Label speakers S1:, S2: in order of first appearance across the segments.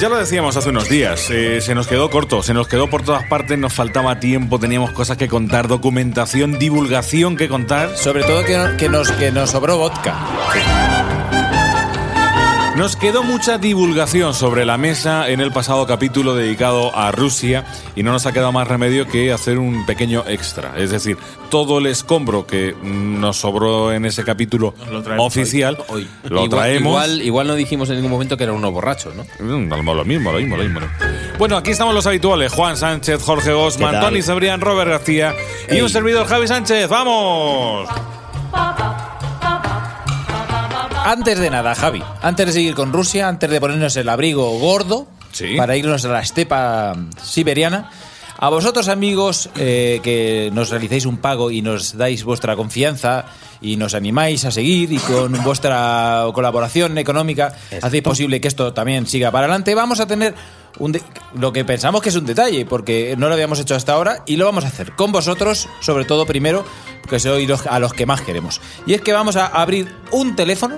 S1: Ya lo decíamos hace unos días, eh, se nos quedó corto, se nos quedó por todas partes, nos faltaba tiempo, teníamos cosas que contar, documentación, divulgación que contar.
S2: Sobre todo que, no- que nos, que nos sobró vodka.
S1: Nos quedó mucha divulgación sobre la mesa en el pasado capítulo dedicado a Rusia y no nos ha quedado más remedio que hacer un pequeño extra. Es decir, todo el escombro que mm, nos sobró en ese capítulo
S3: lo traemos
S1: oficial
S3: hoy.
S1: lo
S4: igual,
S1: traemos.
S4: Igual, igual no dijimos en ningún momento que era uno borracho, ¿no?
S1: Mm, Lo lo mismo, lo mismo, lo mismo. ¿no? Bueno, aquí estamos los habituales: Juan Sánchez, Jorge Gosman,
S3: ¿Qué tal?
S1: Tony Cebrián, Robert García y un servidor Javi Sánchez. ¡Vamos!
S2: Antes de nada, Javi, antes de seguir con Rusia, antes de ponernos el abrigo gordo
S1: Sí.
S2: para irnos a la estepa siberiana, a vosotros amigos eh, que nos realicéis un pago y nos dais vuestra confianza y nos animáis a seguir y con vuestra colaboración económica hacéis posible que esto también siga para adelante, vamos a tener un de- lo que pensamos que es un detalle, porque no lo habíamos hecho hasta ahora y lo vamos a hacer con vosotros, sobre todo primero, que sois los- a los que más queremos. Y es que vamos a abrir un teléfono,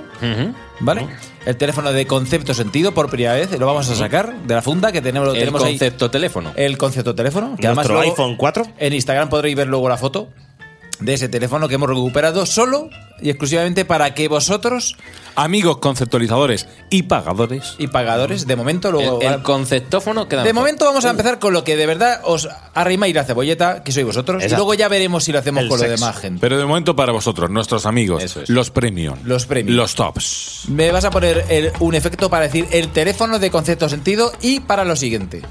S2: ¿vale? El teléfono de concepto sentido por primera vez, lo vamos a sacar de la funda que tenemos, lo
S4: El
S2: tenemos ahí.
S4: concepto teléfono.
S2: El concepto teléfono, que además
S3: ¿Nuestro
S2: luego
S3: iPhone 4?
S2: en Instagram podréis ver luego la foto de ese teléfono que hemos recuperado solo y exclusivamente para que vosotros
S1: Amigos conceptualizadores y pagadores.
S2: y pagadores, de momento, luego
S4: El, el
S2: ahora-
S4: conceptófono queda
S2: De
S4: mejor. Uh.
S2: momento vamos a empezar con lo que de verdad os arrima ir a cebolleta, que sois vosotros, y
S3: Exacto.
S2: luego ya veremos si lo hacemos
S3: El
S2: con lo
S3: sexo.
S2: demás gente.
S1: Pero de momento para vosotros, nuestros amigos,
S4: Eso es.
S1: los premium,
S2: Los premium.
S1: los tops.
S2: Me vas a poner el- un efecto para decir el teléfono de concepto sentido y para lo siguiente.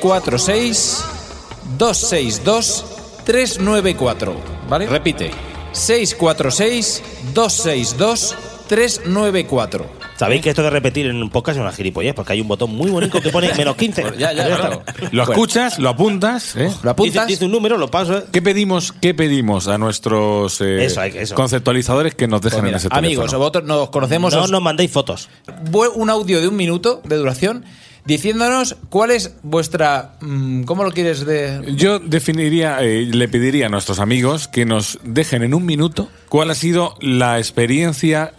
S2: 646 262 394, ¿vale?
S4: Repite.
S2: 646 262 394.
S3: Sabéis que esto de repetir en un podcast es una gilipollez, porque hay un botón muy bonito que pone menos
S2: Pues
S3: 15.
S4: Ya, ya,
S3: Ahí está.
S4: claro.
S1: Lo escuchas, lo apuntas. ¿eh?
S2: ¿Lo
S3: Dice,
S2: apuntas?
S3: dice un número, lo paso. ¿eh?
S1: ¿Qué pedimos, ¿Qué pedimos a nuestros eh,
S3: Eso, hay que- eso.
S1: conceptualizadores que nos dejen
S2: Pues mira,
S1: en ese teléfono?
S2: amigos, vosotros nos conocemos,
S3: No
S2: os-
S3: nos mandéis fotos.
S2: bu- un audio de un minuto de duración diciéndonos cuál es vuestra. mm, ¿Cómo lo quieres de.?
S1: Yo definiría, eh, le pediría a nuestros amigos que nos dejen en un minuto cuál ha sido la experiencia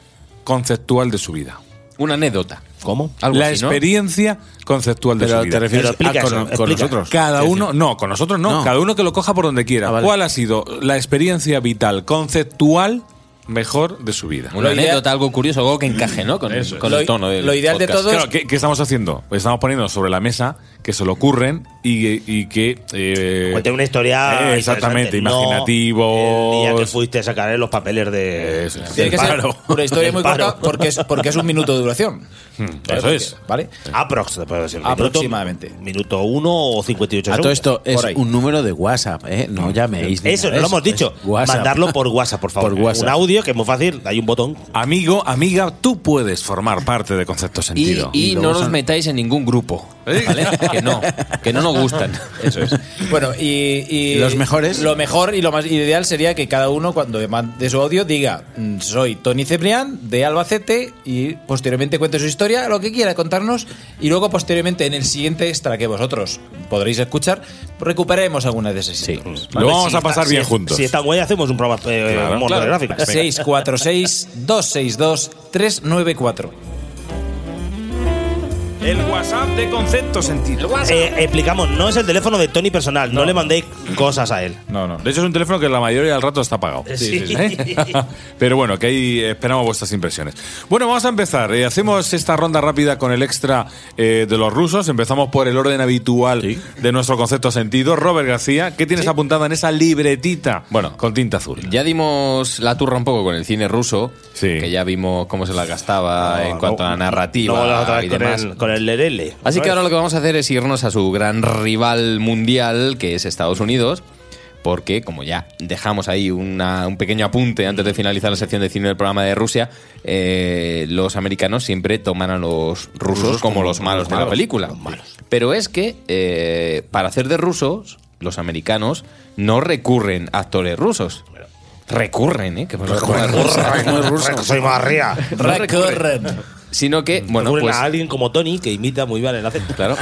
S1: conceptual de su vida.
S4: Una anécdota.
S3: ¿Cómo?
S4: Algo
S1: la
S4: así, ¿no?
S1: experiencia conceptual de
S5: Pero
S1: su
S5: Ah, te
S1: vida.
S5: refieres
S3: Pero explica
S5: a con,
S3: eso,
S5: con
S3: explica.
S5: nosotros.
S1: Cada uno, no, con nosotros no,
S5: No.
S1: cada uno que lo coja por donde quiera.
S5: Ah, vale.
S1: ¿Cuál ha sido la experiencia vital, conceptual mejor de su vida?
S4: Una
S2: Lo idea-
S4: anécdota, algo curioso, algo que encaje, ¿no? Con, con
S2: Lo-
S4: el tono del
S2: lo ideal de
S4: podcast.
S2: todo es-
S1: Claro, ¿qué, qué estamos haciendo? Pues estamos poniendo sobre la mesa que se le ocurren y, y que. eh,
S3: Cuente una historia.
S1: Eh, exactamente,
S3: interesante. No
S1: imaginativos.
S3: El día que fuiste a sacar los papeles de.
S1: Eso es.
S2: Tiene
S3: del
S2: que ser
S3: paro.
S2: una historia muy
S3: Del paro.
S2: corta porque es, porque es un minuto de duración.
S1: eso
S2: Porque-
S1: es.
S2: ¿Vale?
S3: Aprox, puede ser.
S2: Aproximadamente.
S3: Minuto, minuto 1 o 58
S5: A
S3: segundos.
S5: todo esto es
S2: Por ahí.
S5: un número de WhatsApp, ¿eh? No llaméis. ni
S3: Eso,
S5: nada
S3: no
S5: de
S3: lo hemos
S5: eso,
S3: dicho.
S5: es WhatsApp.
S3: Mandarlo por WhatsApp, por favor.
S5: Por WhatsApp.
S3: Un audio que es muy fácil, hay un botón.
S1: Amigo, amiga, tú puedes formar parte de Concepto
S4: Y,
S1: Sentido.
S4: y no nos metáis en ningún grupo. ¿Vale? que no, que no nos gustan. Eso es.
S2: Bueno, y, y-
S5: ¿Los mejores?
S2: Lo mejor y lo más ideal sería que cada uno, cuando de su audio, diga: mm, Soy Tony Cebrián de Albacete, y posteriormente cuente su historia, lo que quiera contarnos, y luego, posteriormente, en el siguiente extra que vosotros podréis escuchar, recuperaremos algunas de esas historias.
S1: Lo vamos a pasar bien
S3: Si-
S1: juntos.
S3: Si está guay, hacemos un programa eh,
S1: Claro.
S3: monográfico.
S2: 646-262-394.
S1: El WhatsApp de Concepto Sentido.
S3: Eh, explicamos, no es el teléfono de Tony personal, no, le mandéis cosas a él.
S1: No, no. De hecho, es un teléfono que la mayoría del rato está apagado.
S3: Sí, sí, sí.
S1: ¿Eh? Pero bueno, que ahí esperamos vuestras impresiones. Bueno, vamos a empezar. Eh, hacemos esta ronda rápida con el extra eh, de los rusos. Empezamos por el orden habitual de nuestro concepto sentido. Robert García, ¿qué tienes apuntado en esa libretita? Bueno, con tinta azul.
S4: Ya dimos la turra un poco con el cine ruso,
S1: Sí.
S4: que ya vimos cómo se la gastaba en cuanto a la
S3: No
S4: narrativa
S3: vuelvas otra vez
S4: y
S3: con
S4: demás.
S3: el, con el LL.
S4: Así que ahora lo que vamos a hacer es irnos a su gran rival mundial, que es Estados Unidos, porque como ya dejamos ahí una- un pequeño apunte antes de finalizar la sección de cine del programa de Rusia, eh, los americanos siempre toman a los rusos, como, los malos de la película. Pero es que eh, para hacer de rusos, los americanos no recurren a actores rusos. Recurren, ¿eh? Que me lo
S3: Soy más arriba.
S4: No recurren. Sino que, bueno,
S3: Recurren
S4: pues
S3: a alguien como Tony que imita muy bien el acento.
S4: Claro.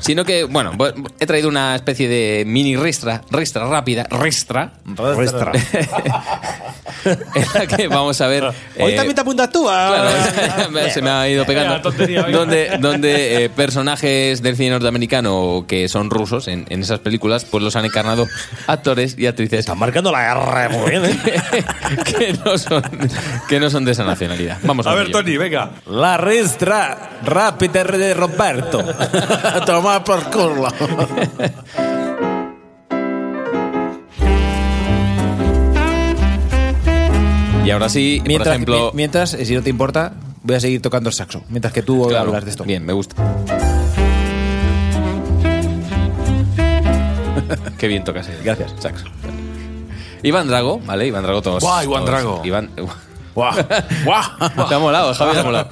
S4: Sino que, bueno, bu- he traído una especie de mini ristra, ristra rápida, ristra,
S3: Nuestra.
S4: en la que vamos a ver.
S3: Hoy
S4: eh,
S3: también te apuntas tú ah. a...
S4: Claro, me- se me ha ido pegando.
S1: Mira, tontería, oiga.
S4: donde donde eh, personajes del cine norteamericano que son rusos en, en esas películas, pues los han encarnado actores y actrices
S3: Están marcando la guerra muy bien, ¿eh?
S4: que, no son, que no son de esa nacionalidad. Vamos a,
S1: A ver, Tony, venga.
S2: La ristra rápida de Roberto.
S5: Tomar por culo.
S4: Y ahora sí,
S2: Mientras,
S4: por ejemplo.
S2: mi- mientras, eh, si no te importa, voy a seguir tocando el saxo. Mientras que tú
S4: Claro,
S2: hablas de esto.
S4: Bien, me gusta. Qué bien tocas. eh.
S2: Gracias.
S4: Sax. Iván Drago, ¿vale? Iván Drago todos.
S1: Guau, Iván
S4: todos-
S1: Drago.
S4: Iván.
S1: Guau, guau.
S4: Te ha molado, Javi, te ha molado.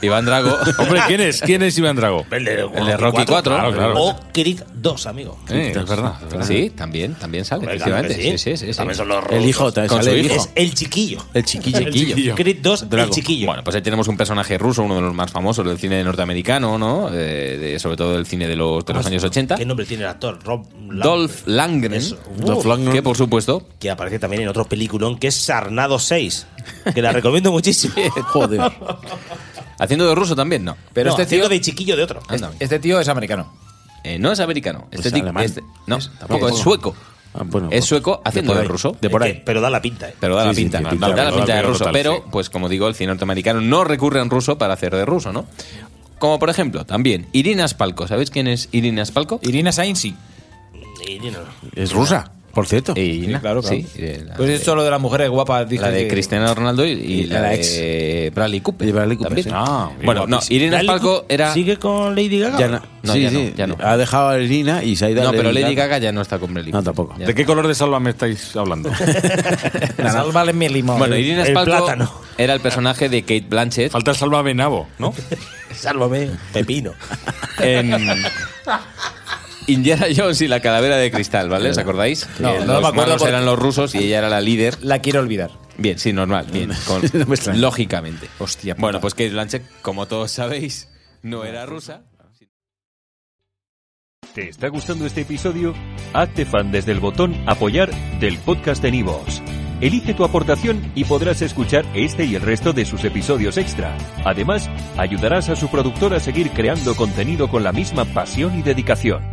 S4: Iván Drago.
S1: Hombre, ¿quién es? ¿Quién es Iván Drago?
S3: El de,
S4: El de Rocky 4.
S1: claro, claro.
S3: O Creed 2, amigo.
S1: Eh, es verdad. es verdad.
S4: pues, Sí, también, también sale,
S3: Hombre, claro
S4: efectivamente.
S3: que
S4: Sí, sí, sí. sí.
S3: También son los
S5: El hijo, te
S4: Con
S5: sale
S4: su
S5: el
S4: hijo.
S5: hijo.
S3: Es el chiquillo.
S5: El chiquillo.
S1: chiquillo.
S3: Creed 2, el chiquillo.
S4: Bueno, pues ahí tenemos un personaje ruso, uno de los más famosos del cine norteamericano, ¿no? Eh, de- sobre todo del cine de los, de los años 80.
S3: ¿Qué nombre tiene el actor? Rob Lang-
S4: Dolph Langren,
S3: Eso. Uh,
S5: Dolph Lundgren.
S4: que por supuesto
S3: que aparece también en otro peliculón que es Sarnado 6, que la recomiendo muchísimo.
S5: Joder.
S4: Haciendo de ruso también, no.
S2: Pero
S3: No,
S2: este
S3: haciendo
S2: tío,
S3: de chiquillo de otro.
S4: Anda.
S2: este tío es americano.
S4: Eh, no es americano. Este
S5: es
S4: tic-
S5: alemán.
S4: este- no,
S5: Es-
S4: tampoco
S5: tampoco.
S4: es sueco.
S5: Ah, bueno,
S4: es
S5: pues,
S4: sueco haciendo
S5: por
S4: de
S5: ahí.
S4: ruso.
S5: De por
S3: Es que-
S5: ahí.
S3: pero da la pinta, ¿eh?
S4: Pero da
S5: Sí,
S4: la
S5: sí,
S4: pinta,
S5: sí,
S4: da
S5: pinta,
S4: da la
S1: da
S4: pinta
S1: la
S4: de
S1: pinta
S4: ruso.
S1: total,
S4: pero,
S1: sí.
S4: pues como digo, el cine norteamericano no recurre en ruso para hacer de ruso, ¿no? Como por ejemplo, también Irina Spalko. ¿Sabéis quién es Irina Spalko?
S2: Irina Sainz, sí.
S3: Y no.
S5: Es rusa, por cierto.
S4: Eh, Irina,
S2: Sí, claro, claro.
S4: sí, eh, la,
S2: Pues
S4: de,
S2: esto lo de las mujeres guapas. dije
S4: la de
S2: que-
S4: Cristiano Ronaldo y, y
S5: y
S4: la,
S5: la ex.
S4: de Bradley Cooper.
S5: Y Bradley Cooper,
S4: también.
S5: sí.
S1: Ah,
S4: bueno, no,
S1: guapísimo.
S4: Irina Spalko era...
S3: ¿Sigue con Lady Gaga?
S5: Ya no,
S4: No,
S5: sí,
S4: ya no,
S5: sí.
S4: ya no.
S5: Ha dejado a Irina y se ha ido a
S4: No, pero Lady Gaga ya no está con Bradley
S5: No,
S4: Cooper.
S5: tampoco.
S4: Ya
S1: ¿De qué color de salva me estáis hablando?
S2: Sálvale mi limón.
S4: Bueno, Irina
S3: El
S4: Spalko
S3: plátano.
S4: era el personaje de Kate Blanchett
S1: Falta el salva Benavo, ¿no?
S3: Sálvame, Pepino.
S4: en Indiana Jones y la calavera de cristal, ¿vale? ¿Os acordáis?
S2: No,
S4: Que
S2: no
S4: los
S2: me acuerdo
S4: malos
S2: porque-
S4: eran los rusos y ella era la líder.
S2: la quiero olvidar.
S4: Bien, sí, normal, bien. con-
S5: No me extraña.
S4: lógicamente. Hostia. Bueno, pues Kate Blanchett, como todos sabéis, no era rusa.
S6: ¿Te está gustando este episodio? Hazte fan desde el botón Apoyar del podcast de Nivos. Elige tu aportación y podrás escuchar este y el resto de sus episodios extra. Además, ayudarás a su productor a seguir creando contenido con la misma pasión y dedicación.